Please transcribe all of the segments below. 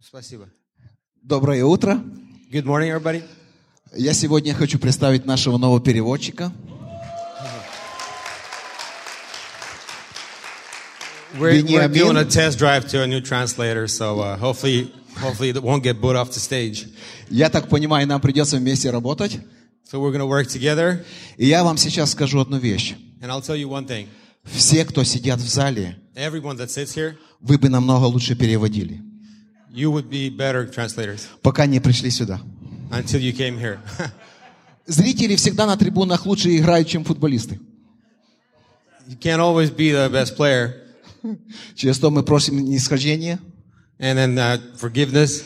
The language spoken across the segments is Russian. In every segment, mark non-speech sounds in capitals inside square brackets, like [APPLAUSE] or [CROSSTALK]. Спасибо. Доброе утро. Good morning, everybody. Я сегодня хочу представить нашего нового переводчика. We're, we're Benjamin. doing a test drive to a new translator, so uh, hopefully, hopefully it won't get booed off the stage. Я так понимаю, нам придется вместе работать. So we're gonna work together, И я вам сейчас скажу одну вещь. and I'll tell you one thing: Все, кто сидят в зале, everyone that sits here, вы бы намного лучше переводили, you would be better translators пока не пришли сюда. until you came here. [LAUGHS] Зрители всегда на трибунах лучше играют, чем футболисты. you can't always be the best player, Через то мы просим нисхождения. and then uh, forgiveness.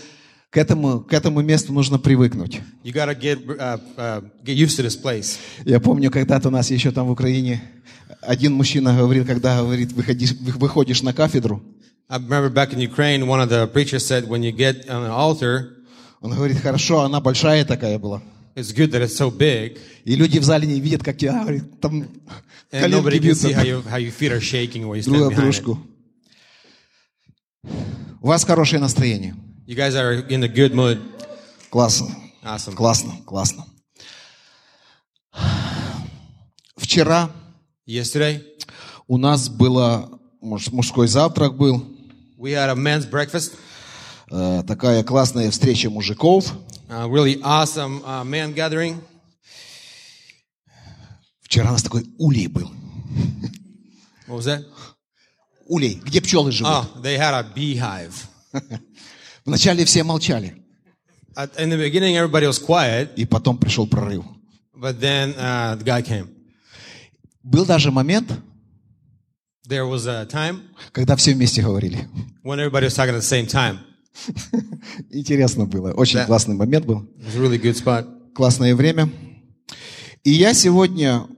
К этому, к этому месту нужно привыкнуть. You gotta get uh, uh, get used to this place. Я помню, когда-то у нас еще там в Украине один мужчина говорил, когда говорит, выходи, выходишь на кафедру, I remember back in Ukraine, one of the preachers said, "When you get on an altar, он говорит, хорошо, она большая такая была. it's good that it's so big, И люди в зале не видят, как я, говорит, там and nobody коленки can see how, бьются you, how your feet are shaking when you stand друг об behind it." дружку. У вас хорошее настроение. You guys are in a good mood. Классно, Awesome. классно, классно. Вчера Yesterday, у нас было, муж- мужской завтрак был, we had a men's breakfast. э, такая классная встреча мужиков. A really awesome uh, man gathering. Вчера у нас такой улей был. What was that? Улей, где пчелы живут. Oh, they had a beehive. Вначале все молчали, At, in the beginning, everybody was quiet, и потом пришел прорыв. but then uh, the guy came. Был даже момент, There was a time когда все вместе говорили. when everybody was talking at the same time. Интересно было, очень классный момент был, It was a really good spot. классное время. И я сегодня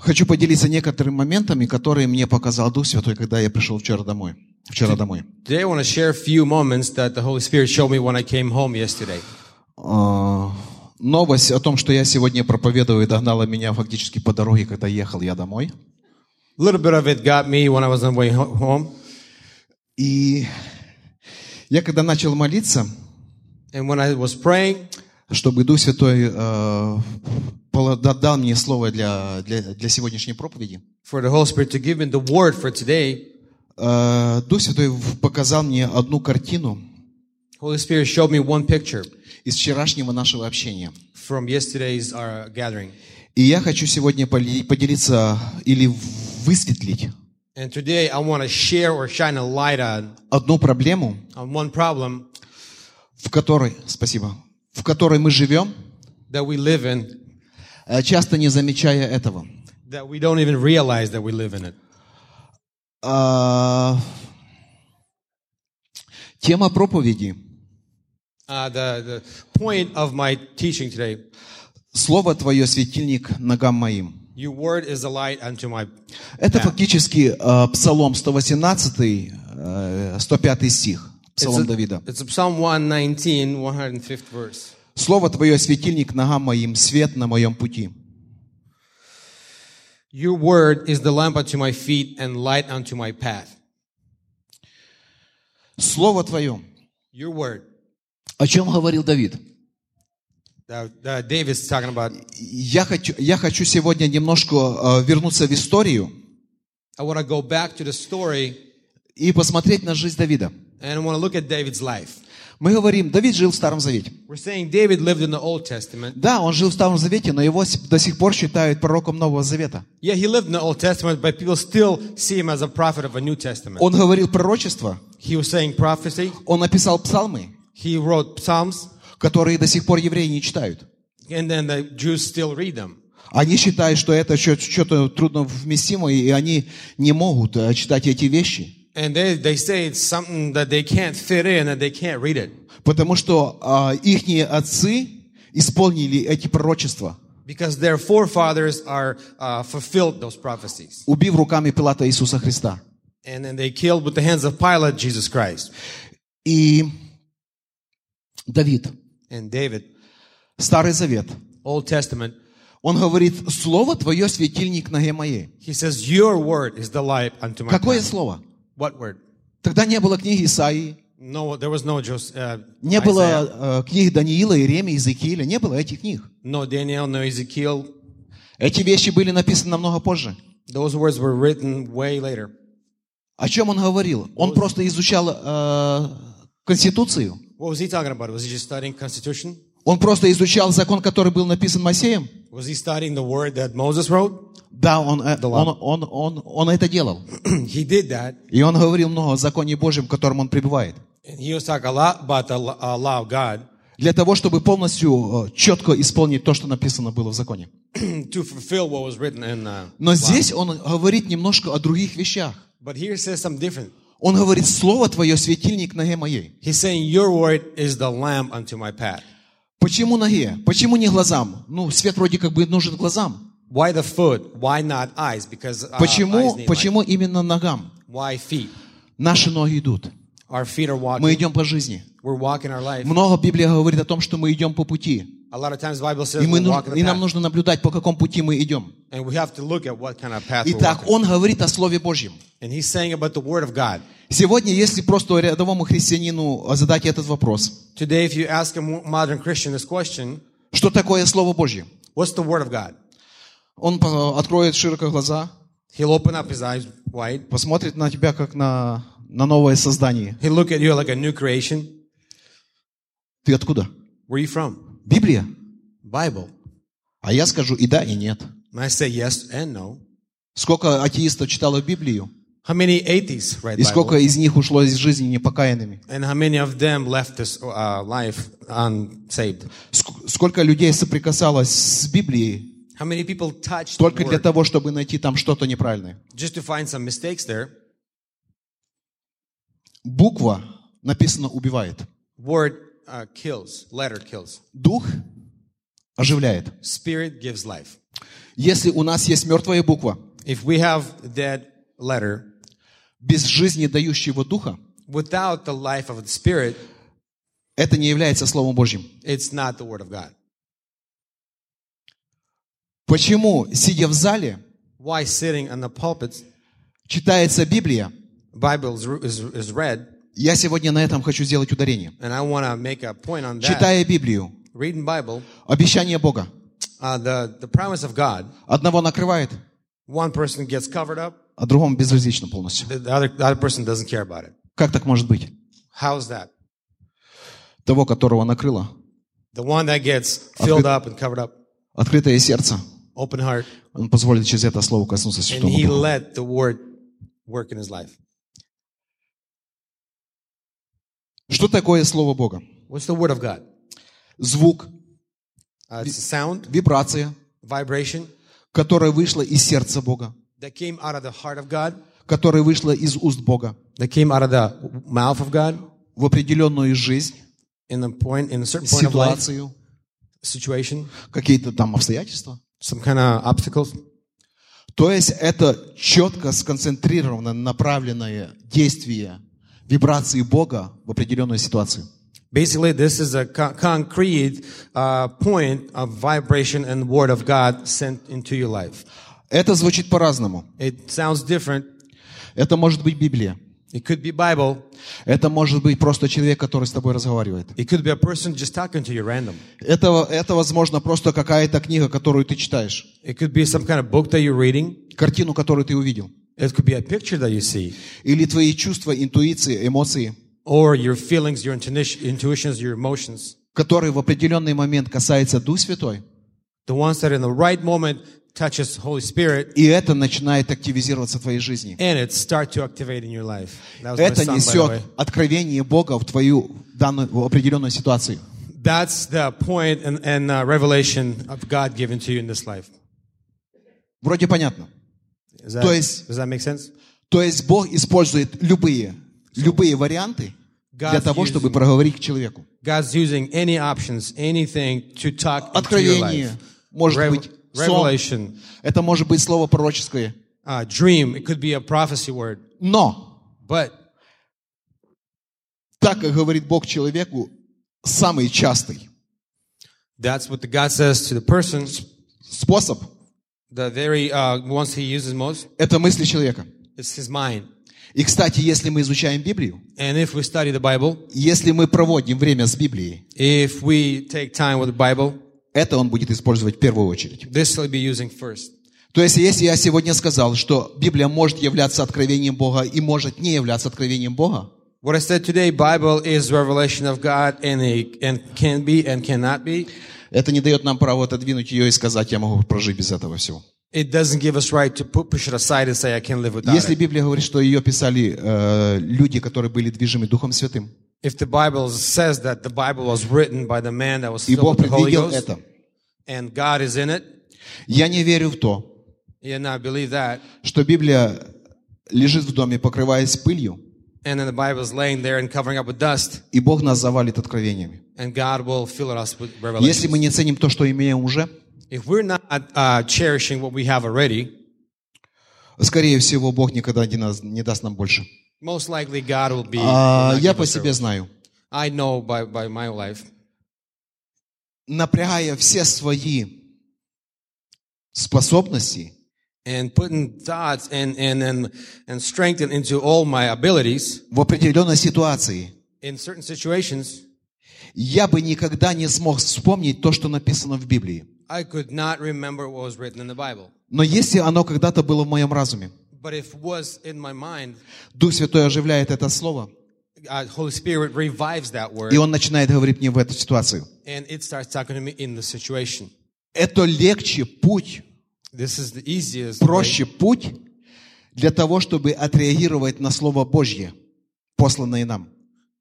хочу поделиться некоторыми моментами, которые мне показал Дух Святой, когда я пришел вчера домой. Вчера домой. Today, I want to share a few moments that the Holy Spirit showed me when I came home yesterday. А, Новость о том, что я сегодня проповедую, догнала меня фактически по дороге, когда ехал я домой. A little bit of it got me when I was on the way ho- home. И я когда начал молиться, And when I was praying, чтобы Дух Святой э, пола- да- дал мне слово для, для, для сегодняшней проповеди, for the Holy Spirit to give me the word for today, э, Дух Святой в- показал мне одну картину Holy Spirit showed me one picture из вчерашнего нашего общения. from yesterday's our gathering. И я хочу сегодня поли- поделиться или высветлить And today I want to share or shine a light on, одну проблему, on one problem в которой, спасибо, в которой мы живем, that we live in э, часто не замечая этого. that we don't even realize that we live in it. А, Тема проповеди. Uh, the, the point of my teaching today, Слово Твое светильник ногам моим. your word is a light unto my. Это фактически э, Псалом 118, э, 105 стих. Псалом Давида. It's Psalm 119, 105th verse. Слово Твое светильник ногам моим, свет на моем пути. Your word is the lamp unto my feet and light unto my path. Слово Твое. Your word. О чем говорил Давид? That, that uh, David's talking about. Я хочу, я хочу сегодня немножко э, вернуться в историю I want to go back to the story и посмотреть на жизнь Давида. and I want to look at David's life. Мы говорим, Давид жил в Старом Завете. We're saying David lived in the Old Testament. Да, он жил в Старом Завете, но его с- до сих пор считают пророком Нового Завета. Yeah, he lived in the Old Testament, but people still see him as a prophet of a New Testament. Он говорил пророчество, He was saying prophecy. он написал псалмы, He wrote Psalms, которые до сих пор евреи не читают. and then the Jews still read them. Они считают, что это что-то трудно вместимо, и они не могут э, читать эти вещи, And they, they say it's something that they can't fit in and they can't read it. потому что их отцы исполнили эти пророчества, Because their forefathers are uh, fulfilled those prophecies. убив руками Пилата Иисуса Христа. And then they killed with the hands of Pilate Jesus Christ. И Давид, And David, Старый Завет, Old Testament, Он говорит, слово твое светильник ноге моей. He says, Your word is the light unto my Какое path. слово? What word? Тогда не было книги Исаии, No, there was no Joseph. Uh, не Isaiah, было э, книг Даниила, Иеремии, Иезекииля, не было этих книг. no Daniel, no Ezekiel. Эти вещи были написаны намного позже. Those words were written way later. О чем он говорил? Он просто изучал э, Конституцию. What was he talking about? Was he just studying Constitution? Он просто изучал закон, который был написан Моисеем. Was he studying the word that Moses wrote? [CLEARS THROAT] Да, он, э, Да ладно. он, он, он, он это делал. he did that. И он говорил много о законе Божьем, в котором он пребывает. And he was talking a lot about the law- uh, law of God [CLEARS THROAT] Для того, чтобы полностью э, четко исполнить то, что написано было в законе. to fulfill what was written in. Uh, Но здесь он говорит немножко о других вещах. but here it says something different. Он говорит, слово твое, светильник ноге моей. He's saying, Your word is the lamp unto my path. Почему ноге? Почему не глазам? Ну, свет вроде как бы нужен глазам. Why the foot? Why not eyes? Because А, uh, eyes Почему, need light. почему именно ногам? Why feet? Наши ноги идут. Our feet are walking. Мы идем по жизни. We're walking our life. Много Библия говорит о том, что мы идем по пути. A lot of times the Bible says И, мы we're нуж- walking the и нам path. нужно наблюдать, по какому пути мы идем. And we have to look at what kind of path we're Итак, walking. он говорит о Слове Божьем. And he's saying about the word of God. Сегодня, если просто рядовому христианину задать этот вопрос, Today, if you ask a mo- modern Christian this question, что такое Слово Божье? what's the word of God? Он по- откроет широко глаза, He'll open up his eyes wide. посмотрит на тебя, как на, на новое создание. He'll look at you like a new creation. Ты откуда? Where are you from? Библия. Bible. А я скажу и да, и нет. And I say yes and no. Сколько атеистов читало Библию, How many atheists read и сколько Bible? из них ушло из жизни непокаянными. And how many of them left this uh, life unsaved? Ск- Сколько людей соприкасалось с Библией How many people touched только the для word того, чтобы найти там что-то неправильное. just to find some mistakes there? Буква написано убивает. Word uh, kills. Letter kills. Дух оживляет. Spirit gives life. Если у нас есть мертвая буква, If we have that letter без жизни дающего духа, without the life of the Spirit, это не является Словом Божьим. it's not the Word of God. Почему, сидя в зале, Why sitting on the pulpit, читается Библия? Bible is, is, is read, Я сегодня на этом хочу сделать ударение. and I want to make a point on that. Читая Библию, Reading Bible, обещание Бога uh, the, the promise of God, одного накрывает, one person gets covered up, а другому безразлично полностью. the, the other, the other person doesn't care about it. Как так может быть? How's that? Того, которого накрыло, The one that gets filled up and covered up, открытое сердце, open heart, он позволит через это слово коснуться and Святого he Духа. let the Word work in his life. Что такое Слово Бога? What's the Word of God? Звук, Uh, it's a sound, вибрация, vibration которая вышла из сердца Бога, that came out of the heart of God, которая вышла из уст Бога that came out of the mouth of God в определенную жизнь, in a point, in a certain point of life, ситуацию, situation, какие-то там обстоятельства. some kind of obstacles. То есть это четко сконцентрированное, направленное действие вибрации Бога в определенную ситуацию. Basically, this is a con- concrete uh, point of vibration and word of God sent into your life. Это звучит по-разному. It sounds different. Это может быть Библия. It could be Bible. Это может быть просто человек, который с тобой разговаривает. It could be a person just talking to you random. Это, это возможно, просто какая-то книга, которую ты читаешь, It could be some kind of book that you're reading. картину, которую ты увидел, It could be a picture that you see, или твои чувства, интуиции, эмоции, or your feelings, your intuition, intuitions, your emotions. которые в определенный момент касаются Дух Святой, The ones that in the right moment touches Holy Spirit и это начинает активизироваться в твоей жизни. and it start to activate in your life. That was my Это song, by the way. несет откровение Бога в твою данную в определенную ситуацию. That's the point and, and uh, revelation of God given to you in this life. Вроде понятно. Is that, То есть- does that make sense? То есть Бог использует любые, любые варианты для God's того, using- чтобы проговорить к человеку. God's using any options, anything to talk into your Откровение, life. может Rev- быть, сон, revelation, это может быть слово пророческое. uh, dream. It could be a prophecy word. Но, But так как говорит Бог человеку, самый частый, that's what the God says to the person. способ The very uh, ones he uses most – это мысли человека. is his mind. И, кстати, если мы изучаем Библию, And if we study the Bible, если мы проводим время с Библией, if we take time with the Bible, это он будет использовать в первую очередь. this will be using first. То есть, если я сегодня сказал, что Библия может являться откровением Бога и может не являться откровением Бога, What I said today, Bible is revelation of God and, it and can be and cannot be. это не дает нам права отодвинуть ее и сказать, я могу прожить без этого всего. It doesn't give us right to pu- push it aside and say, I can't live without Если it. Библия говорит, что ее писали э, люди, которые были движимы Духом Святым, If the Bible says that the Bible was written by the man that was и filled Бог with the Holy предвидел Ghost это, and God is in it, я не верю в то, yeah, now I believe that. что Библия лежит в доме, покрываясь пылью, And then the Bible is laying there and covering up with dust, и Бог нас завалит откровениями. and God will fill us with revelation. Если мы не ценим то, что имеем уже, If we're not uh, cherishing what we have already, скорее всего, Бог никогда не, нас- не даст нам больше. most likely God will be. А, will not я give по us себе revelation. знаю. I know by, by my life, Напрягая все свои способности, and putting thoughts and, and, and, and strengthen into all my abilities в определенной ситуации, in certain situations, я бы никогда не смог вспомнить то, что написано в Библии. I could not remember what was written in the Bible. Но если оно когда-то было в моем разуме, But if it was in my mind, Дух Святой оживляет это слово, uh, Holy Spirit revives that word, и Он начинает говорить мне в эту ситуацию. and it starts talking to me in the situation. Это легче путь, This is the easiest way проще путь для того, чтобы отреагировать на Слово Божье, посланное нам.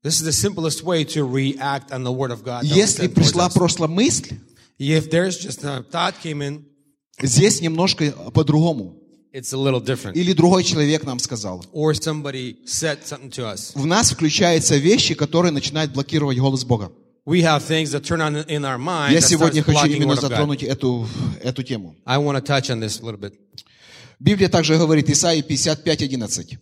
This is the simplest way to react on the word of God. that was Если sent towards пришла us. прошлая мысль, If there's just a thought came in, здесь немножко э, по-другому. it's a little different. Или другой человек нам сказал. Or somebody said something to us. В нас включаются вещи, которые начинают блокировать голос Бога. We have things that turn on in our mind. Я that сегодня starts хочу blocking именно word of God. затронуть эту, эту тему. I want to touch on this a little bit. Библия также говорит Исаии 55, 11.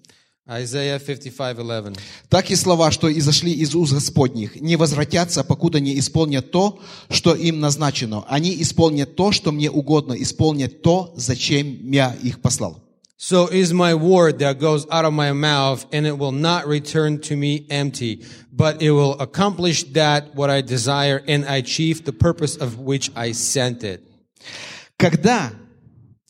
Isaiah 55, 11. Так и слова, что изошли из уст Господних, не возвратятся, покуда не исполнят то, что им назначено. Они исполнят то, что мне угодно, исполнят то, зачем я их послал. So is my word that goes out of my mouth, and it will not return to me empty, but it will accomplish that what I desire and achieve the purpose of which I sent it. Когда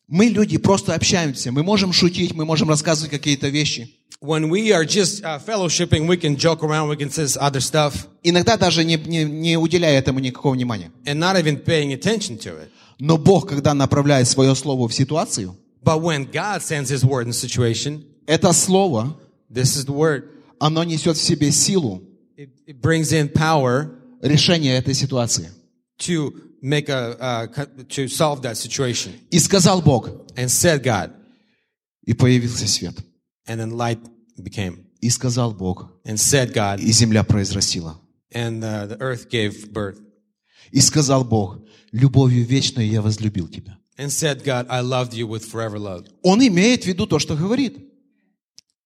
мы, люди, просто общаемся, мы можем шутить, мы можем рассказывать какие-то вещи. when we are just uh, fellowshipping, we can joke around, we can say other stuff, Иногда даже не, не- не уделяя этому никакого внимания. and not even paying attention to it. Но Бог, когда направляет свое слово в ситуацию, But when God sends His word in a situation, это слово, this is the word. оно несет в себе силу It, it brings in power решения этой ситуации. to make a uh, co- to solve that situation. И сказал Бог, And said God, и появился свет. and then light became. И сказал Бог, And said God, и земля произрастила. and uh, the earth gave birth. И сказал Бог, любовью вечной я возлюбил тебя. And said God, I loved you with forever love. Он имеет в виду то, что говорит.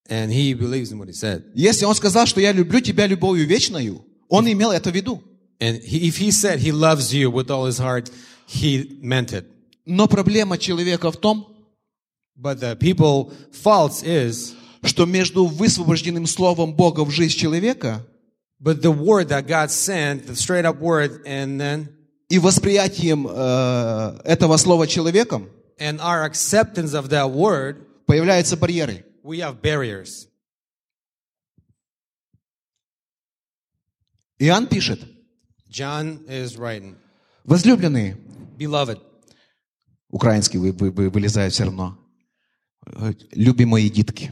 And He believes in what He said. Если он сказал, что я люблю тебя любовью вечною, он имел это в виду. And he, if He said He loves you with all His heart, He meant it. Но проблема человека в том, But the people faults is, что между высвобожденным словом Бога в жизнь человека but the word that God sent, the straight up word, and then и восприятием э, этого слова человеком and our acceptance of that word, появляются барьеры. we have barriers. Иоанн пишет, John is writing, возлюбленные, beloved, украинский вы, вы- вы- вылезает все равно. Э, Любимые дитки.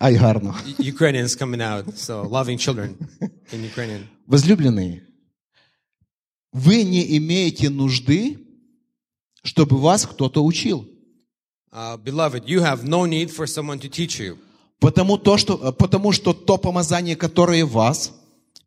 Ай, гарно. Ukrainians coming out, so loving children in Ukrainian. Возлюбленные, вы не имеете нужды, чтобы вас кто-то учил. Uh, beloved, you have no need for someone to teach you Потому, то, что, э, потому что то помазание, которое в вас,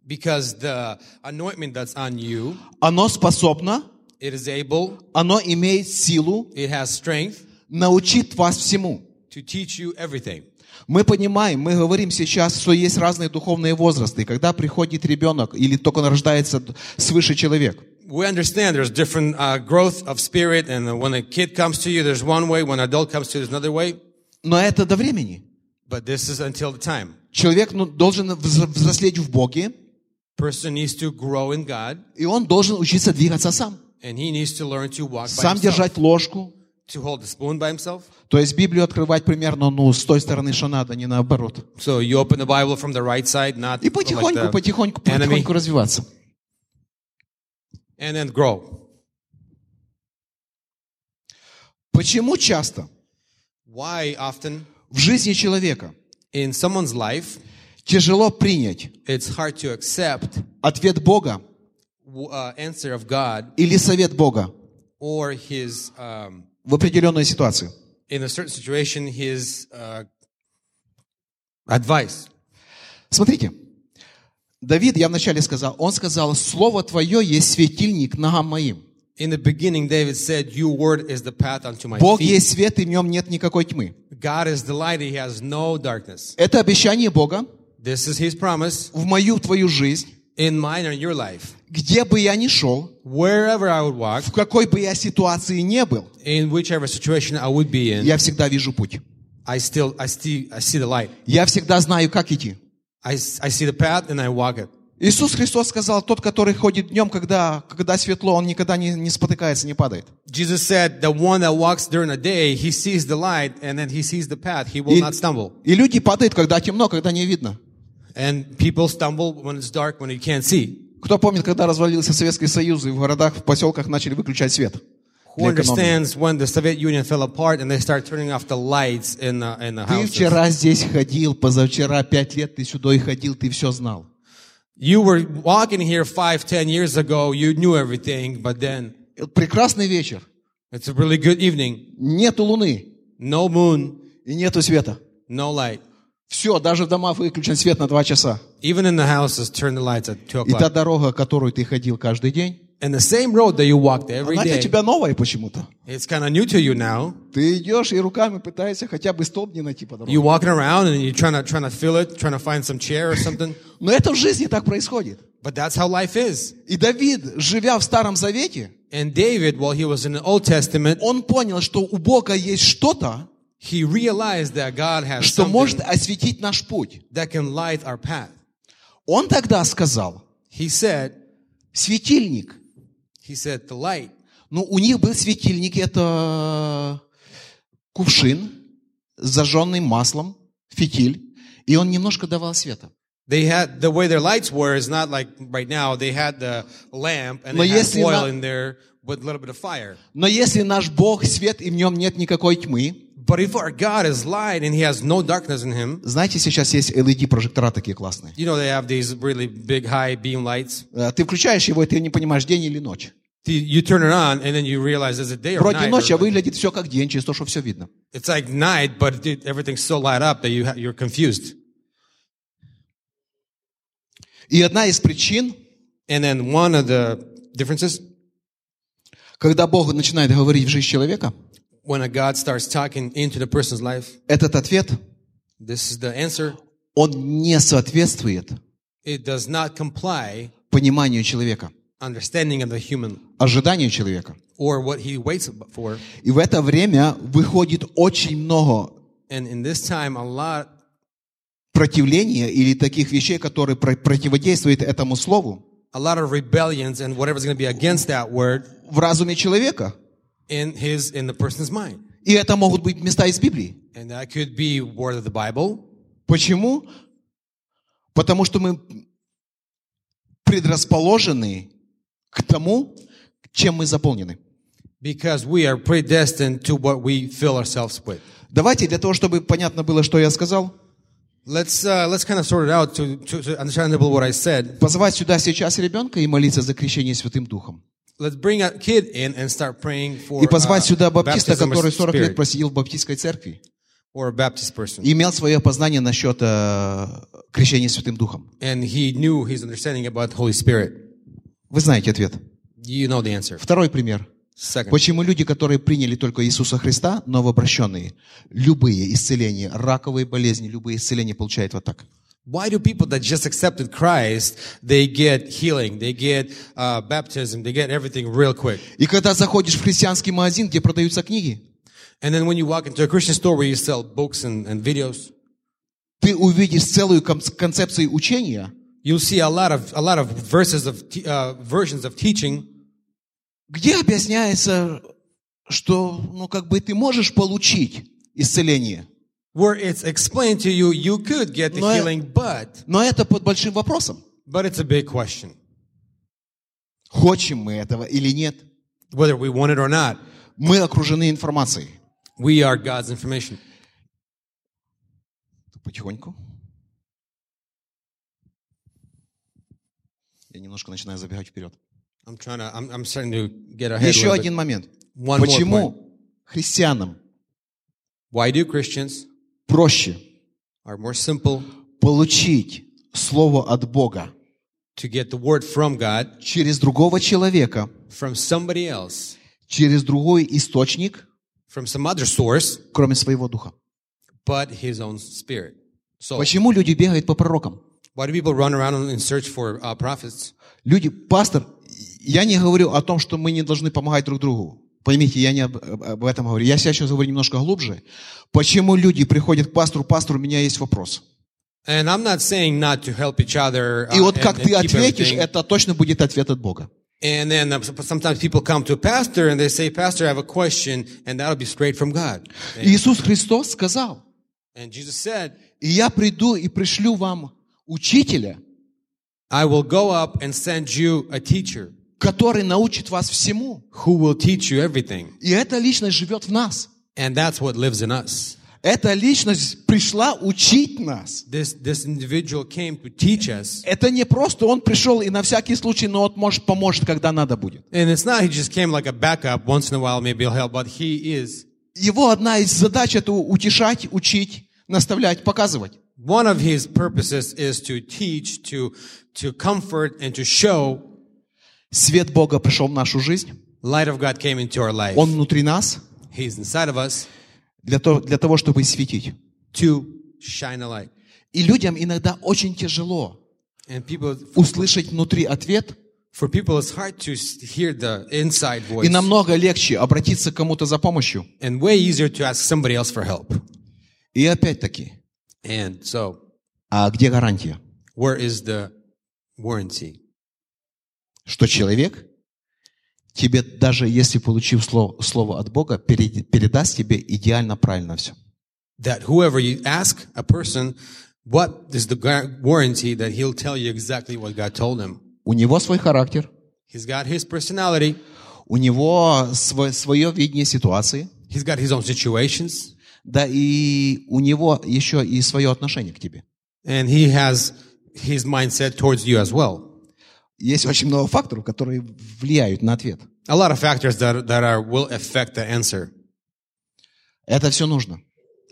because the anointment that's on you, оно способно, it is able, оно имеет силу, it has strength научит вас всему. to teach you everything. Мы понимаем, мы говорим сейчас, что есть разные духовные возрасты. Когда приходит ребенок или только он рождается д- свыше человек, we understand there's different uh, growth of spirit, and when a kid comes to you, there's one way. When an adult comes to you, there's another way. Но это до времени. But this is until the time. Человек ну, должен вз- взрослеть в Боге, Person needs to grow in God, и он должен учиться двигаться сам. and he needs to learn to walk by Сам himself, держать ложку. to hold the spoon by himself. То есть Библию открывать примерно ну, с той стороны, что надо, не наоборот. So you open the Bible from the right side, not И like потихоньку, the потихоньку, enemy, потихоньку развиваться. and then grow. Почему часто Why often в жизни человека in someone's life тяжело принять it's hard to accept ответ Бога w- uh, answer of God или совет Бога or His um, в определенной ситуации? in a certain situation His uh, advice. Смотрите, Давид, я вначале сказал, он сказал, «Слово Твое есть светильник ногам моим». In the beginning, David said, "Your word is the path unto my Бог feet." есть свет, и в нем нет никакой тьмы. God is the light; He has no darkness. Это обещание Бога This is His promise в мою, в твою жизнь, in mine and your life. где бы я ни шел, Wherever I would walk, в какой бы я ситуации не был, in whichever situation I would be in, я всегда вижу путь. I still I see I see the light. Я всегда знаю, как идти. I, s- I see the path and I walk it. Иисус Христос сказал, тот, который ходит днем, когда, когда светло, он никогда не, не спотыкается, не падает. Jesus said, "The one that walks during the day, he sees the light, and then he sees the path. He will И, not stumble." и люди падают, когда темно, когда не видно. And people stumble when it's dark, when you can't see. Кто помнит, когда развалился Советский Союз, и в городах, в поселках начали выключать свет? Who для экономии? understands when the Soviet Union fell apart and they start turning off the lights in the, in the Ты houses? вчера здесь ходил, позавчера пять лет ты сюда и ходил, ты все знал. You were walking here five, ten years ago. You knew everything, but then Прекрасный вечер. it's a really good evening. Нету луны No moon, и нету света. no light. Все, даже в домах выключен свет на два часа. Even in the houses, turn the lights at two И та o'clock. дорога, которую ты ходил каждый день, And the same road that you walked every она для day, тебя новая почему-то. it's kind of new to you now. Ты идешь и руками пытаешься хотя бы столб не найти по дороге. You're walking around and you're trying to trying to feel it, trying to find some chair or [LAUGHS] something. Но это в жизни так происходит. But that's how life is. И Давид, живя в Старом Завете, And David, while he was in the Old Testament, он понял, что у Бога есть что-то, he realized that God has что может something осветить наш путь. that can light our path. Он тогда сказал, He said, светильник. he said the light. Ну, у них был светильник, это кувшин, зажженный маслом, фитиль, и он немножко давал света. They had the way their lights were is not like right now. They had the lamp and Но they had если oil на- in there with a little bit of fire. Но если наш Бог свет, и в нем нет никакой тьмы, But if our God is light and He has no darkness in Him, знаете, сейчас есть LED-прожектора такие классные. you know they have these really big high beam lights. Э, Ты включаешь его, и ты не понимаешь, день или ночь. You- You turn it on and then you realize it's a day or Вроде night. ночь, а or- выглядит все как день, через то, что все видно. It's like night, but it, everything's so light up that you ha- you're confused. И одна из причин, And then one of the differences когда Бог начинает говорить в жизнь человека, when a God starts talking into the person's life, этот ответ, this is the answer. он не соответствует It does not comply пониманию человека, understanding of the human ожиданию человека. or what he waits ab- for. И в это время выходит очень много And in this time, a lot противления или таких вещей, которые про- противодействуют этому слову a lot of rebellions and whatever's going to be against that word в разуме человека. in his in the person's mind. И это могут быть места из Библии. And that could be word of the Bible Почему? Потому что мы предрасположены к тому, чем мы заполнены. because we are predestined to what we fill ourselves with. Давайте для того, чтобы понятно было, что я сказал, Let's uh, let's kind of sort it out to to, to understandable what I said. позвать сюда сейчас ребенка и молиться за крещение Святым Духом. Let's bring a kid in and start praying for И позвать сюда uh, баптиста, baptism который of 40 лет spirit просидел в баптистской церкви. or a Baptist person, имел свое познание насчет э, крещения Святым Духом? and he knew his understanding about Holy Spirit. Вы знаете ответ. You know the answer. Второй пример. Second, Почему люди, которые приняли только Иисуса Христа, новообращенные, любые исцеления, раковые болезни, любые исцеления получают вот так? Why do people that just accepted Christ, they get healing, they get uh, baptism, they get everything real quick? И когда заходишь в христианский магазин, где продаются книги, And then when you walk into a Christian store where you sell books and, and videos, ты увидишь целую кон- концепцию учения, you'll see a lot of a lot of verses of te- uh, versions of teaching где объясняется, что, ну, как бы ты можешь получить исцеление, where it's explained to you you could get the No, I- healing, but но это под большим вопросом. but it's a big question Хочем мы этого или нет? whether we want it or not. Мы окружены информацией. We are God's information. Потихоньку. Я немножко начинаю забегать вперед. I'm trying to. I'm, I'm starting to get ahead. a Еще little bit. один момент. One more point. Почему христианам Why do Christians проще are more simple получить слово от Бога to get the word from God через другого человека, from somebody else, через другой источник, from some other source, кроме своего духа? but His own Spirit? So Почему люди бегают по пророкам? why do people run around in search for uh, prophets? Люди, пастор, я не говорю о том, что мы не должны помогать друг другу. Поймите, я не об, об- об этом говорю. Я сейчас говорю немножко глубже. Почему люди приходят к пастору, пастор, у меня есть вопрос. And I'm not saying not to help each other. uh, И вот and- как and ты keep ответишь, everything. это точно будет ответ от Бога. And then uh, sometimes people come to a pastor and they say, "Pastor, I have a question," and that'll be straight from God. И Иисус Христос сказал, And Jesus said, и я приду и пришлю вам учителя, "I will go up and send you a teacher." который научит вас всему. who will teach you everything. И эта личность живет в нас. And that's what lives in us. Эта личность пришла учить нас. This, this individual came to teach us. Это не просто он пришел и на всякий случай, но вот может поможет, когда надо будет. And it's not he just came like a backup once in a while, maybe he'll help, but he is. Его одна из задач это утешать, учить, наставлять, показывать. One of his purposes is to teach, to, to comfort, and to show Свет Бога пришел в нашу жизнь, light of God came into our life. Он внутри нас He's inside of us для того, для того, чтобы светить. to shine a light. И людям иногда очень тяжело And people, услышать внутри ответ, for people, it's hard to s- hear the inside voice и намного легче обратиться к кому-то за помощью. and way easier to ask somebody else for help. И опять-таки, And so, а где гарантия, where is the warranty? что человек тебе, даже если получив слово, слово от Бога, пере- передаст тебе идеально правильно все. that whoever you ask a person, what is the gar- warranty that he'll tell you exactly what God told him? У него свой характер, He's got his personality. у него свое, свое видение ситуации, He's got his own situations да и у него еще и свое отношение к тебе. and he has his mindset towards you as well. Есть очень много факторов, которые влияют на ответ. A lot of factors that, that are, will affect the answer. Это все нужно.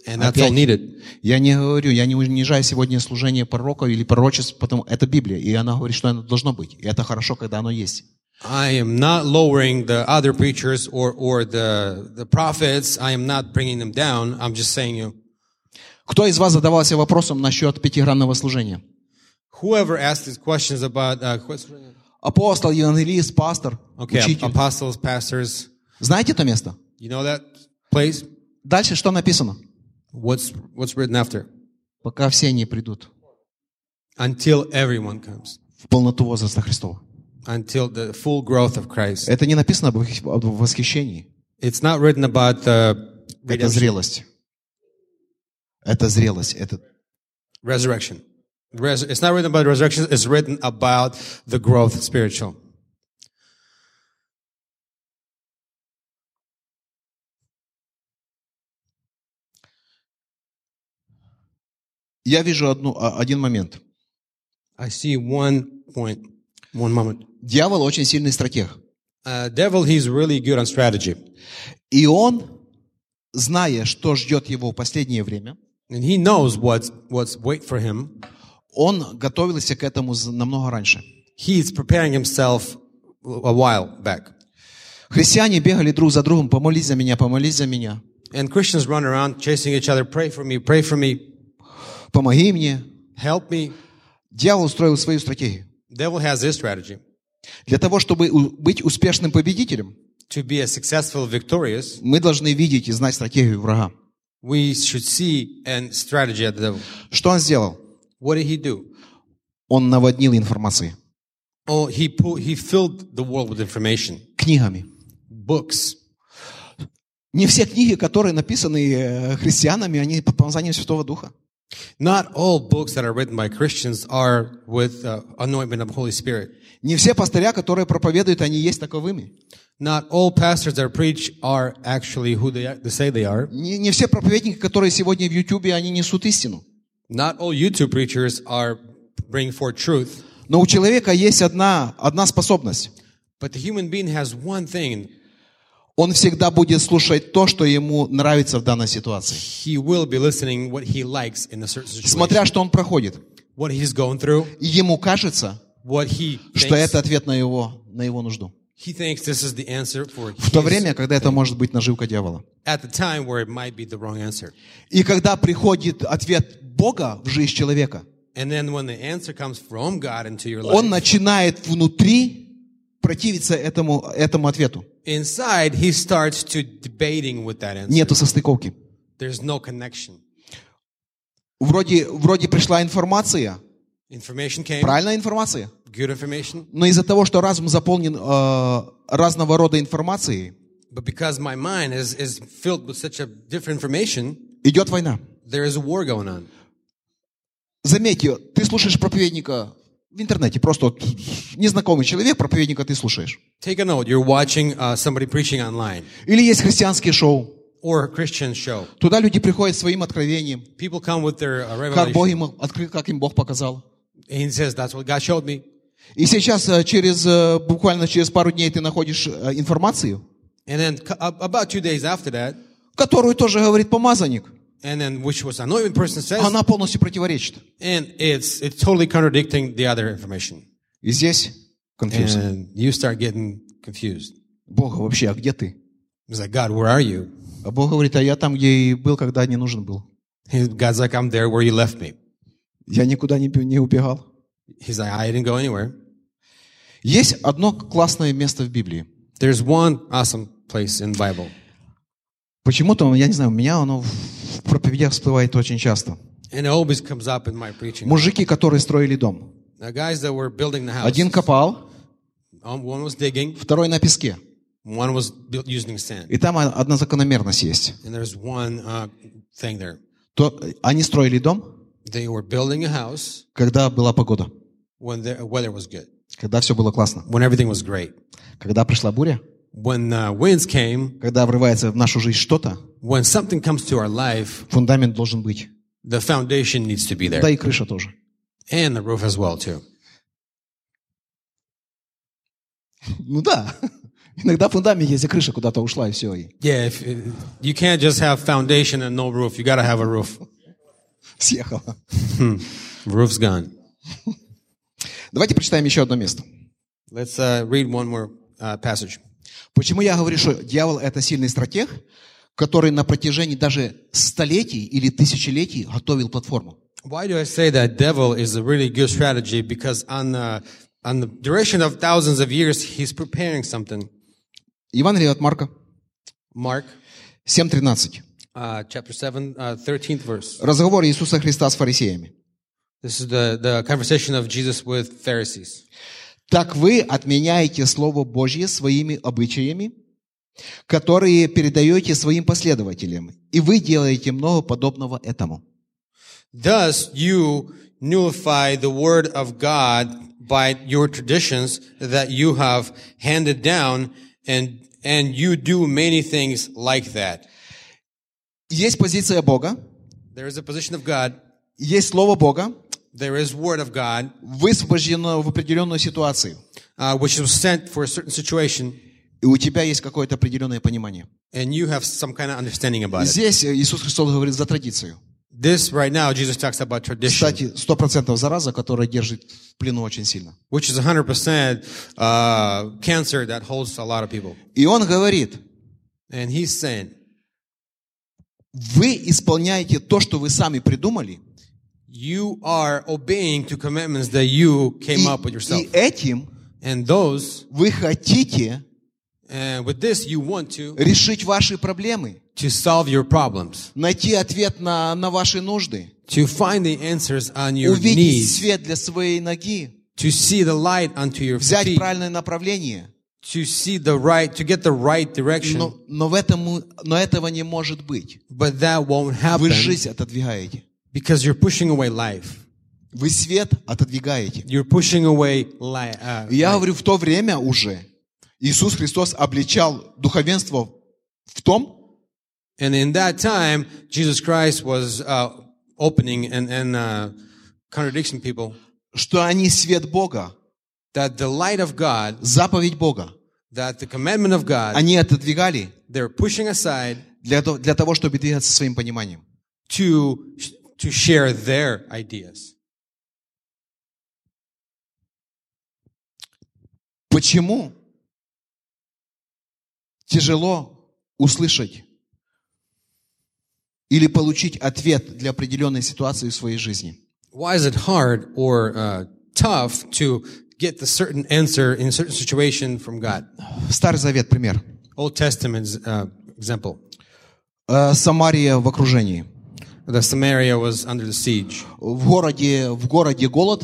And that's all Опять. needed. Я не говорю, я не унижаю сегодня служение пророка или пророчеств, потому это Библия, и она говорит, что оно должно быть. И это хорошо, когда оно есть. I am not lowering the other preachers or, or the, the prophets. I am not bringing them down. I'm just saying you, Кто из вас задавался вопросом насчет пятигранного служения? whoever asked these questions about, uh, question- Апостол, евангелист, пастор, okay, учитель. apostles, pastors, Знаете это место? You know that place? Дальше что написано? What's what's written after? Пока все не придут Until everyone comes. в полноту возраста Христова. Until the full growth of Christ. Это не написано об восхи- об восхищении. It's not written about the Это redemption, зрелость. Это зрелость. Это... resurrection. Res- it's not written about resurrection, it's written about the growth spiritual. Я вижу одну, а, один момент. I see one point, one moment. Дьявол очень сильный стратег. Uh, devil, he's really good on strategy. И он, зная, что ждет его в последнее время, And he knows what's what's wait for him. он готовился к этому з- намного раньше. He's preparing himself a while back. Христиане бегали друг за другом, помолись за меня, помолись за меня, And Christians run around chasing each other, pray for me, pray for me, помоги мне, help me. Дьявол устроил свою стратегию. Devil has his strategy. Для того, чтобы у- быть успешным победителем, To be a successful victorious, мы должны видеть и знать стратегию врага. we should see and strategy at the devil. Что он сделал? What did he do? Он наводнил информацией. Oh, he pu- he filled the world with information, Книгами. books. Не все книги, которые написаны э, христианами, они под помазанием Святого Духа. Not all books that are written by Christians are with uh, anointment of Holy Spirit. Не все пастыря, которые проповедуют, они есть таковыми. Not all pastors that preach are actually who they, they say they are. Не, не все проповедники, которые сегодня в Ютубе, они несут истину. Not all YouTube preachers are bring forth truth. Но у человека есть одна, одна способность. But the human being has one thing. Он всегда будет слушать то, что ему нравится в данной ситуации. He will be listening what he likes in a certain situation. Смотря, что он проходит. What he's going through, И ему кажется, what he что thinks. это ответ на его, на его нужду. He thinks this is the answer for В то his- время, когда это может быть наживка дьявола. at the time where it might be the wrong answer. И когда приходит ответ Бога в жизнь человека, And then when the answer comes from God into your life, он начинает внутри противиться этому, этому ответу. inside he starts to debating with that answer. Нету состыковки. There's no connection. Вроде, вроде пришла информация, Information came, правильная информация, good information, но из-за того, что разум заполнен э, разного рода информацией, but because my mind is, is filled with such a different information, идет война. there is a war going on. Заметьте, э, ты слушаешь проповедника в интернете, просто вот незнакомый человек, проповедника ты слушаешь. Take a note, you're watching uh, somebody preaching online Или есть христианские шоу. or a Christian show. Туда люди приходят своим откровением, People come with their uh, как Бог revelation. им открыл, как им Бог показал. And he says, that's what God showed me. И сейчас э, через э, буквально через пару дней ты находишь э, информацию, And then cu- ab- about two days after that, которую тоже говорит помазанник. and then which was anointed person says, Она полностью противоречит. and it's it's totally contradicting the other information. И здесь конфьюз. And you start getting confused. Бога вообще, а где ты? It's like, God, where are you? А Бог говорит, а я там, где и был, когда не нужен был. He- God's like, I'm there where you left me. Я никуда не, бе- не убегал. He's like, I didn't go anywhere. Есть одно классное место в Библии. There's one awesome place in the Bible. Почему-то, я не знаю, у меня оно в в проповедях всплывает очень часто. And it always comes up in my preaching. Мужики, которые строили дом. The guys that were building the house. Один копал, Um, One was digging, второй на песке. one was built using sand. И там о- одна закономерность есть. And there's one uh, thing there. То э, они строили дом, They were building a house когда была погода, when the weather was good, когда все было классно. when everything was great. Когда пришла буря, When uh, winds came, когда врывается в нашу жизнь что-то, when something comes to our life, фундамент должен быть. the foundation needs to be there. Да и крыша тоже. and the roof as well, too. Ну да. [LAUGHS] Иногда фундамент есть, и крыша куда-то ушла, и все. И [LAUGHS] Yeah, if, you can't just have foundation and no roof. You got to have a roof. съехала. Roof's gone. Давайте прочитаем еще одно место. Let's uh, read one more uh, passage. Почему я говорю, что дьявол – это сильный стратег, который на протяжении даже столетий или тысячелетий готовил платформу. Why do I say that devil is a really good strategy? Because on the, on the duration of thousands of years, he's preparing something. Евангелие от Марка Mark 7.13. uh, chapter 7, uh, 13th verse. Разговор Иисуса Христа с фарисеями. This is the, the conversation of Jesus with Pharisees. Так вы отменяете Слово Божье своими обычаями, которые передаете своим последователям, и вы делаете много подобного этому. Thus, you nullify the word of God by your traditions that you have handed down, and and you do many things like that. Есть позиция Бога, There is a position of God. есть Слово Бога, There is word of God, высвобождено в определенную ситуацию, uh, which was sent for a certain situation, и у тебя есть какое-то определенное понимание. and you have some kind of understanding И about it. здесь Иисус Христос говорит за традицию. This right now, Jesus talks about tradition, Кстати, 100% зараза, которая держит в плену очень сильно. which is 100% uh, cancer that holds a lot of people. И он говорит, And he's saying, вы исполняете то, что вы сами придумали, you are obeying to commandments that you И, came up with yourself. и этим And those, вы хотите uh, with this, you want to, решить ваши проблемы, to solve your problems, найти ответ на, на ваши нужды, to find the answers on your увидеть needs, свет для своей ноги, to see the light onto your взять feet, правильное направление. to see the right, to get the right Но, direction. но, в этом, но этого не может быть. But that won't Вы happen жизнь отодвигаете. because you're pushing away life. Вы свет отодвигаете. You're pushing away life. Uh, И Я говорю, в то время уже Иисус Христос обличал духовенство в том, And in that time, Jesus Christ was uh, opening and, and uh, contradicting people что они свет Бога, that the light of God, заповедь Бога. that the commandment of God, Они отодвигали they're pushing aside для, то- для того, чтобы двигаться своим пониманием. to to share their ideas. Почему тяжело услышать или получить ответ для определенной ситуации в своей жизни? Why is it hard or uh, tough to get the certain answer in a certain situation from God? Старый Завет, пример. Old Testament's uh, example: Э, Самария в окружении. the Samaria was under the siege. В городе, в городе голод.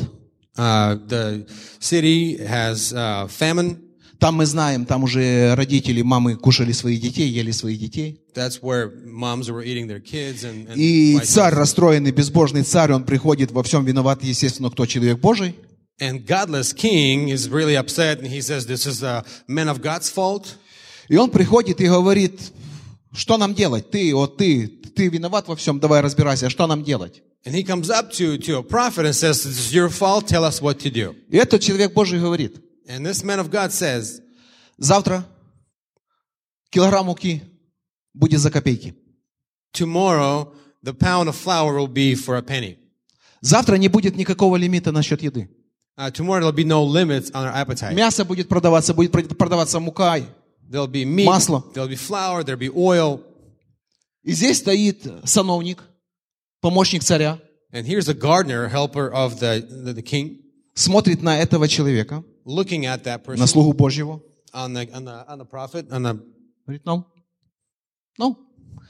Uh, the city has uh, famine. Там мы знаем, там уже родители, мамы кушали своих детей, ели своих детей. That's where moms were eating their kids and, and И vice царь, versa. расстроенный, безбожный царь, он приходит, во всем виноват, естественно, кто человек Божий. and godless king is really upset and he says this is a man of God's fault. И он приходит и говорит, что нам делать? Ты, вот ты, ты виноват во всем, давай разбирайся, что нам делать? And he comes up to, to a prophet and says, This is your fault, tell us what to do. И этот человек Божий говорит, And this man of God says, завтра килограмм муки будет за копейки. Tomorrow the pound of flour will be for a penny. Завтра не будет никакого лимита насчет еды. Uh, tomorrow there'll be no limits on our appetite. Мясо будет продаваться, будет прод- продаваться мука. There'll be meat, Масло. there'll be flour, there'll be oil. И здесь стоит сановник, помощник царя, And here's a gardener, helper of the, the, the king, смотрит на этого человека, looking at that на person слугу Божьего. on the, on the, on the prophet, on the Говорит, ну, ну,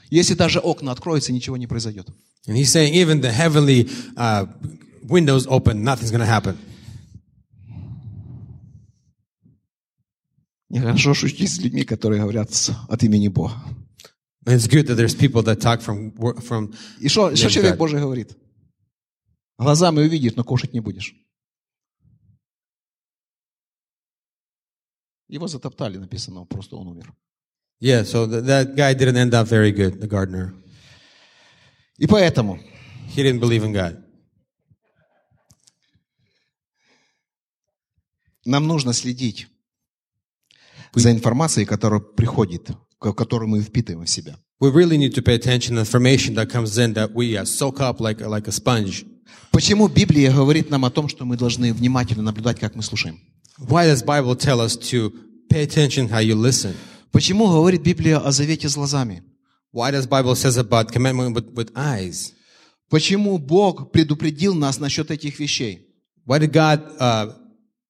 если даже окна откроются, ничего не произойдет. And he's saying, even the heavenly uh, windows open, nothing's going to happen. Нехорошо шутить с людьми, которые говорят с- от имени Бога. And it's good that there's people that talk from from. И что Yes, человек God. Божий говорит? Глазами увидишь, но кушать не будешь. Его затоптали, написано, просто он умер. Yeah, so th- that guy didn't end up very good, the gardener. И поэтому He didn't believe in God. нам нужно следить за информацией, которая приходит, ко- которую мы впитываем в себя. We really need to pay attention to information that comes in that we uh, soak up like like a sponge. Почему Библия говорит нам о том, что мы должны внимательно наблюдать, как мы слушаем? Why does Bible tell us to pay attention how you listen? Почему говорит Библия о завете с глазами? Why does Bible says about commandment with, with eyes? Почему Бог предупредил нас насчет этих вещей? Why did God uh,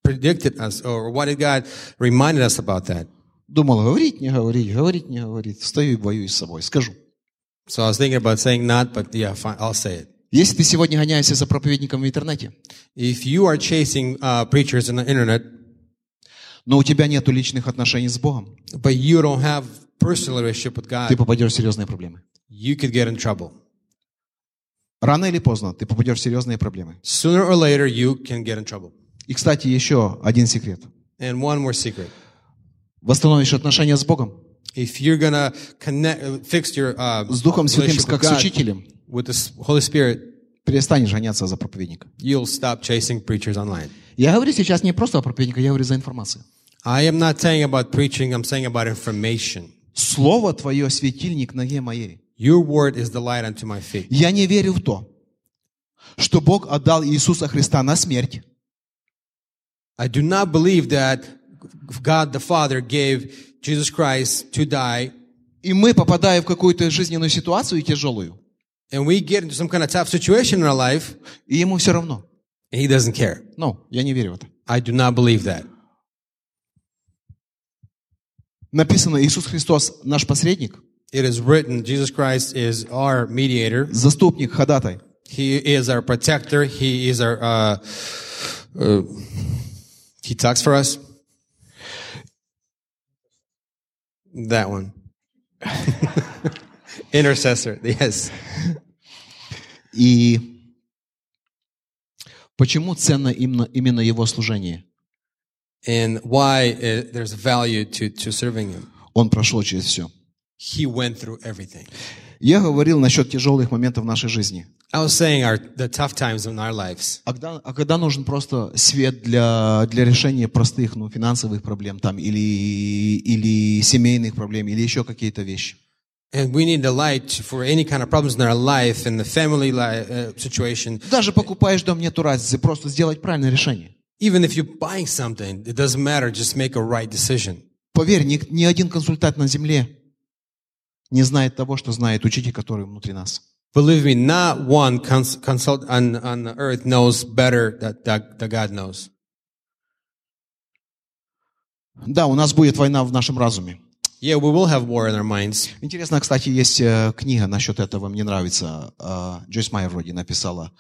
predicted us, or why did God reminded us about that? Думал, говорить, не говорить, говорить, не говорить. Стою и боюсь с собой. Скажу. So I was thinking about saying not, but yeah, fine, I'll say it. Если ты сегодня гоняешься за проповедником в интернете, If you are chasing uh, preachers on the internet, но у тебя нет личных отношений с Богом, but you don't have personal relationship with ты God, попадешь в серьезные проблемы. you could get in trouble. Рано или поздно ты попадешь в серьезные проблемы. Sooner or later, you can get in trouble. И, кстати, еще один секрет. And one more secret: Восстановишь отношения с Богом, if you're gonna connect, uh, fix your uh, с Духом Святым, relationship with как с God, учителем, with the S- Holy Spirit, перестанешь гоняться за проповедника. you'll stop chasing preachers online. Я говорю сейчас не просто о проповеднике, я говорю за информацию. I am not saying about preaching; I'm saying about information. Слово твое – светильник ноге моей. Your word is the light unto my feet. Я не верю в то, что Бог отдал Иисуса Христа на смерть, I do not believe that God the Father gave Jesus Christ to die и мы, попадая в какую-то жизненную ситуацию тяжелую, and we get into some kind of tough situation in our life, И ему все равно. and he doesn't care. Ну, я не верю в это. I do not believe that. Написано, Иисус Христос наш посредник, It is written, Jesus Christ is our mediator. заступник, ходатай. He is our protector. He is our, uh, uh, he talks for us. That one. [LAUGHS] Intercessor, yes. И почему ценно именно, именно его служение? And why uh, there's value to, to serving him. Он прошел через все. He went through everything. Я говорил насчет тяжелых моментов в нашей жизни. I was saying our, the tough times in our lives. А когда, а когда нужен просто свет для, для решения простых, ну, финансовых проблем там, или, или семейных проблем, или еще какие-то вещи. And we need the light for any kind of problems in our life, in the family life, uh, situation. Даже покупаешь дом, нету разницы, просто сделать правильное решение. Even if you're buying something, it doesn't matter. Just make a right decision. Поверь, ни, ни один консультант на земле не знает того, что знает учитель, который внутри нас. Believe me, not one cons- consult on, on the earth knows better that, that, that God knows. Да, у нас будет война в нашем разуме. Yeah, we will have war in our minds. Интересно, кстати, есть э, книга насчет этого, мне нравится. Э, Джойс Майер вроде написала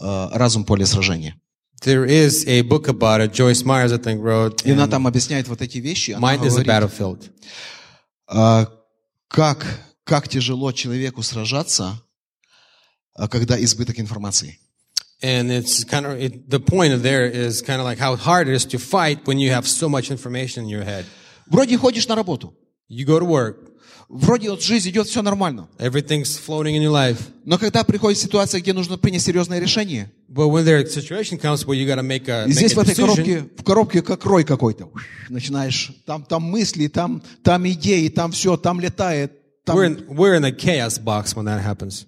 э, «Разум поле сражения». There is a book about it. Joyce Myers, I think, wrote. И она And там объясняет вот эти вещи. Она Эм, Mind is a говорит, battlefield. а, как, как тяжело человеку сражаться, а, когда избыток информации. And it's kind of, it, the point of there is kind of like how hard it is to fight when you have so much information in your head. Вроде ходишь на работу, You go to work, вроде вот жизнь идет, все нормально. everything's floating in your life. Но когда приходит ситуация, где нужно принять серьезное решение, But when there a situation comes where you got to make a, и make здесь в a этой decision, коробке, в коробке как рой какой-то, начинаешь, там, там мысли, там, там идеи, там все, там летает. там- we're in, we're in a chaos box when that happens.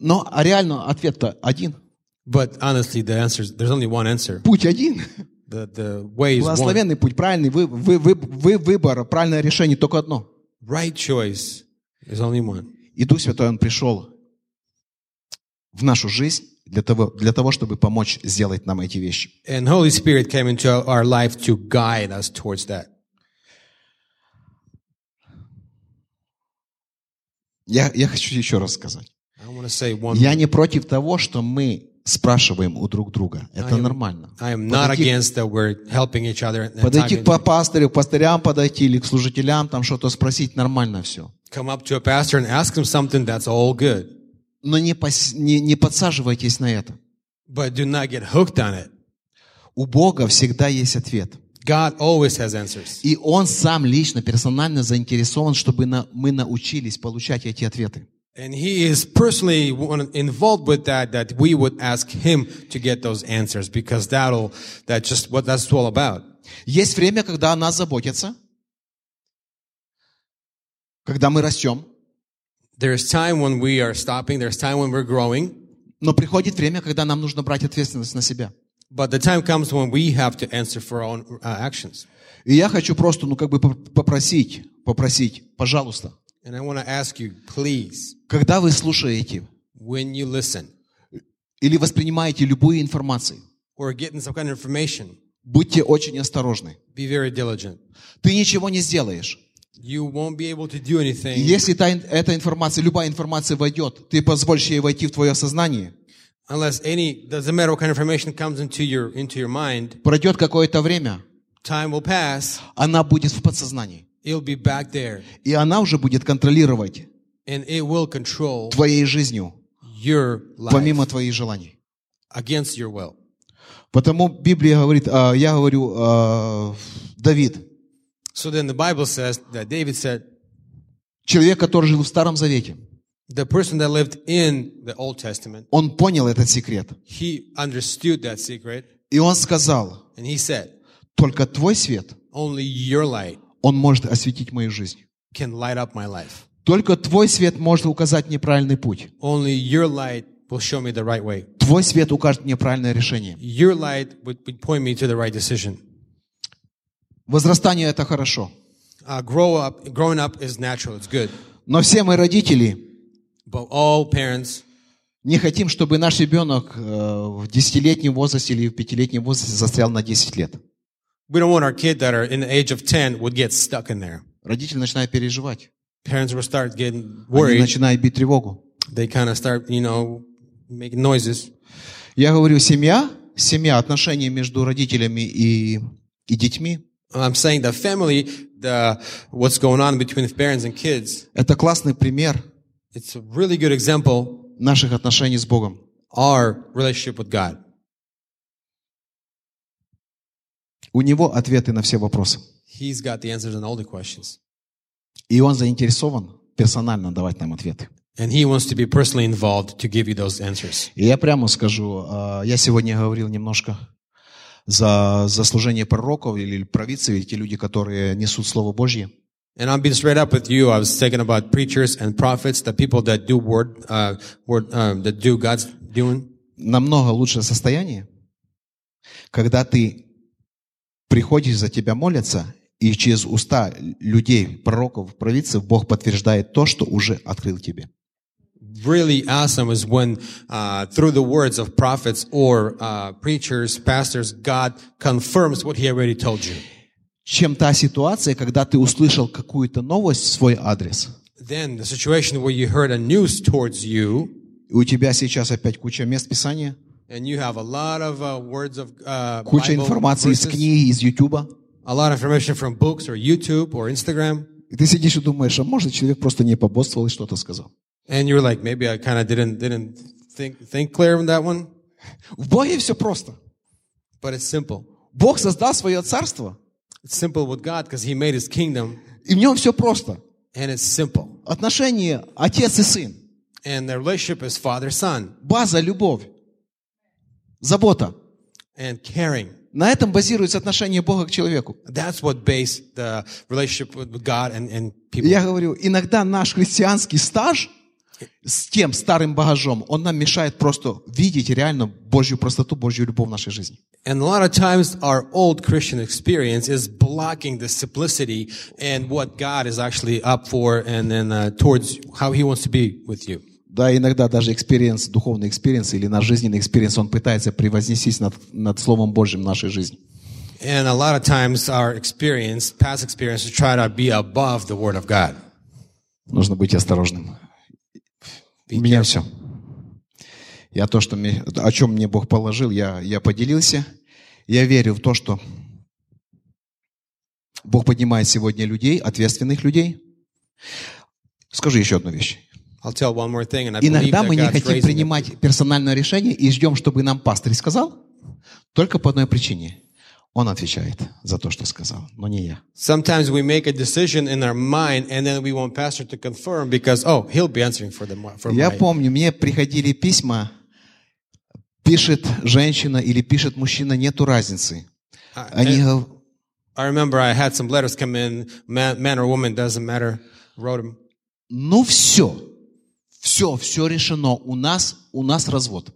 Но а реально ответ-то один. But honestly, the answer is there's only one answer. Путь один. The the way is one. Благословенный путь, правильный вы, вы, вы, вы- выбор, правильное решение, только одно. Right choice is only one. И Дух Святой, Он пришел в нашу жизнь для того, для того, чтобы помочь сделать нам эти вещи. And Holy Spirit came into our life to guide us towards that. Я, я хочу еще раз сказать. I want to say one. Я не против того, что мы спрашиваем у друг друга. Это I am- нормально. I am not Подойти- against that we're helping each other and Подойти к talking. па- пастырю, к пастырям подойти или к служителям, там что-то спросить, нормально все. Come up to a pastor and ask him something. That's all good, Но не, пос- не, не подсаживайтесь на это. but do not get hooked on it. У Бога всегда есть ответ. God always has answers, И Он сам лично, персонально заинтересован, чтобы на- мы научились получать эти ответы. and He is personally one- involved with that. That we would ask Him to get those answers because that'll that's just what that's all about. Есть время, когда о нас заботятся, когда мы растем, There's time when we are stopping, there's time when we're growing, но приходит время, когда нам нужно брать ответственность на себя. but the time comes when we have to answer for our own uh, actions. И я хочу просто, ну, как бы поп- попросить, попросить, пожалуйста, And I want to ask you, please, когда вы слушаете when you listen или воспринимаете любую информацию, or getting some kind of information, будьте очень осторожны. be very diligent. Ты ничего не сделаешь. You won't be able to do anything. Если та ин- эта информация, любая информация войдет, ты позволишь ей войти в твое сознание, Unless any doesn't matter what kind of information comes into your into your mind, пройдет какое-то время, time will pass, она будет в подсознании. it'll be back there. И она уже будет контролировать And it will control твоей жизнью, your life помимо твоих желаний. against your will. Потому Библия говорит, а, я говорю, а, Давид, So then the Bible says that David said, человек, который жил в Старом Завете, the person that lived in the Old Testament, он понял этот секрет. he understood that secret И он сказал, and he said, только твой свет, Only your light он может осветить мою жизнь. can light up my life. Только твой свет может указать мне правильный путь. Only your light will show me the right way. Твой свет укажет мне правильное решение. Your light would, would point me to the right decision. Возрастание – это хорошо. Uh, grow up, growing up is natural, it's good. Но все мы родители, But all parents, Не хотим, чтобы наш ребенок э, в десятилетнем возрасте или в пятилетнем возрасте застрял на 10 лет. We don't want our kid that are in the age of 10 would get stuck in there. Родители начинают переживать. Parents will start getting Они worried. начинают бить тревогу. They kind of start, you know, making noises. Я говорю, семья, семья, отношения между родителями и, и детьми, I'm saying the family, the what's going on between parents and kids, это классный пример it's a really good example наших отношений с Богом. our relationship with God. У него ответы на все вопросы. He's got the answers on all the questions. И он заинтересован персонально давать нам ответы. And he wants to be personally involved to give you those answers. И я прямо скажу, а, я сегодня говорил немножко за, за служение пророков или провидцев, или те люди, которые несут Слово Божье. And I'm being straight up with you. I was thinking about preachers and prophets, the people that do word, uh, word, um, that do God's doing. Намного лучшее состояние, когда ты приходишь, за тебя молятся, и через уста людей, пророков, провидцев, Бог подтверждает то, что уже открыл тебе. Really awesome is when, uh, through the words of prophets or uh, preachers, pastors, God confirms what He already told you. Чем та ситуация, когда ты услышал какую-то новость в свой адрес, Then the situation where you heard a news towards you, и у тебя сейчас опять куча мест Писания, and you have a lot of uh, words of uh, куча Bible информации из verses, книги, из Ютуба, a lot of information from books or YouTube or Instagram, И ты сидишь и думаешь, а может, человек просто не побоствовал и что-то сказал. and you're like, maybe I kind of didn't didn't think think clear on that one. В Боге все просто. But it's simple. Бог создал свое царство, It's simple with God because He made His kingdom и в нем все просто. and it's simple. Отношения отец и сын, And the relationship is father son база – любовь, забота. and caring. На этом базируется отношение Бога к человеку. That's what base the relationship with with God and, and И people. я говорю, иногда наш христианский стаж с тем старым багажом, он нам мешает просто видеть реально Божью простоту, Божью любовь в нашей жизни. And a lot of times our old Christian experience is blocking the simplicity and what God is actually up for and then uh, towards how He wants to be with you. Да, иногда даже экспириенс, духовный экспириенс или наш жизненный экспириенс, он пытается превознестись над, над Словом Божьим в нашей жизни. And a lot of times our experience, past experiences, try to be above the Word of God. Нужно быть осторожным. У меня все. Я то, что мне- о чем мне Бог положил, я, я поделился. Я верю в то, что Бог поднимает сегодня людей, ответственных людей. Скажу еще одну вещь. I'll tell one more thing, and I believe Иногда that мы не God's хотим raising up принимать персональное решение и ждем, чтобы нам пастырь сказал, только по одной причине. Он отвечает за то, что сказал, но не я. Sometimes we make a decision in our mind and then we want pastor to confirm because oh he'll be answering for the for Я my. помню, мне приходили письма, пишет женщина или пишет мужчина, нету разницы. Они I, гов- I remember I had some letters come in, man, man or woman doesn't matter. Wrote them. ну все, все, все решено, у нас, у нас развод.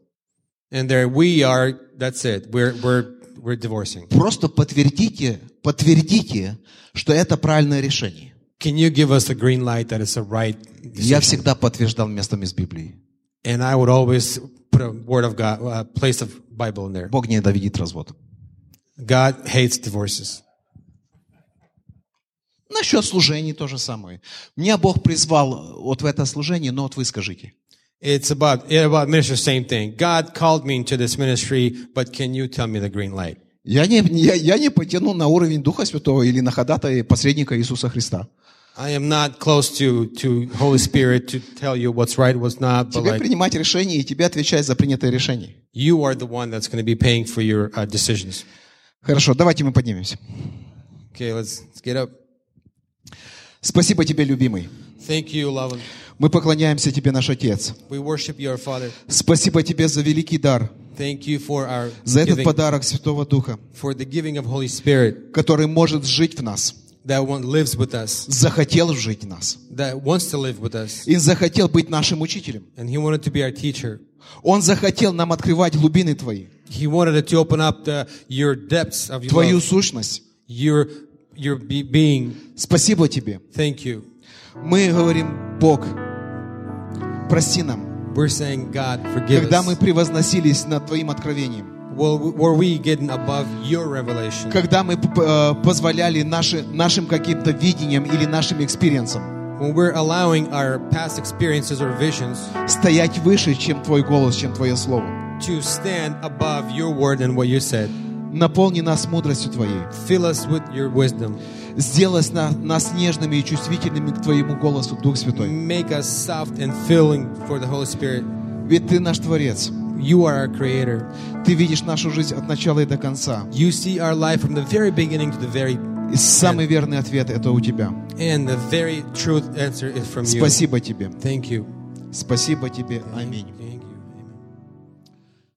and there we are. That's it. We're we're we're divorcing. Просто подтвердите, подтвердите, что это правильное решение. Can you give us a green light that it's a right? Я всегда подтверждал местом из Библии. And I would always put a word of God, a place of Bible in there. Бог не доведит развод. God hates divorces. Насчет служений то же самое. Меня Бог призвал вот в это служение, но вот вы скажите. It's about it about ministry. Same thing. God called me into this ministry, but can you tell me the green light? Я не, я, я не потяну на уровень Духа Святого или на ходатая посредника Иисуса Христа. I am not close to to Holy Spirit to tell you what's right, what's not, but Тебе like принимать решение, и тебе отвечать за принятое решение. you are the one that's going to be paying for your uh, decisions. Хорошо, давайте мы поднимемся. Okay, let's, let's get up. Спасибо тебе, любимый. Thank you, loving. Мы поклоняемся тебе, наш Отец. We worship you, our Father. Спасибо тебе за великий дар, Thank you for our за этот giving, подарок Святого Духа, for the giving of Holy Spirit который может жить в нас, that one lives with us, захотел жить в нас that wants to live with us, и захотел быть нашим учителем. and He wanted to be our teacher. Он захотел нам открывать глубины твои, He wanted to open up the, your depths of your твою love, сущность. your your be- being. Спасибо тебе. Thank you. Мы говорим, Бог, прости нам, We're saying, God, forgive Когда мы us. превозносились над Твоим откровением. Well, were we getting above your revelation? Когда мы п- э, позволяли наши, нашим каким-то видениям или нашим экспириенсам When we're allowing our past experiences or visions стоять выше, чем Твой голос, чем Твое Слово. to stand above your word and what you said, Наполни нас мудростью Твоей. fill us with your wisdom. Сделай с на- нас нежными и чувствительными к Твоему голосу, Дух Святой. Make us soft and filling for the Holy Spirit. Ведь Ты наш Творец. You are our creator. Ты видишь нашу жизнь от начала и до конца. You see our life from the very beginning to the very И самый верный ответ – это у Тебя. end. The very truth answer is from you. Спасибо Тебе. Thank you. Спасибо Тебе. Аминь. Thank you.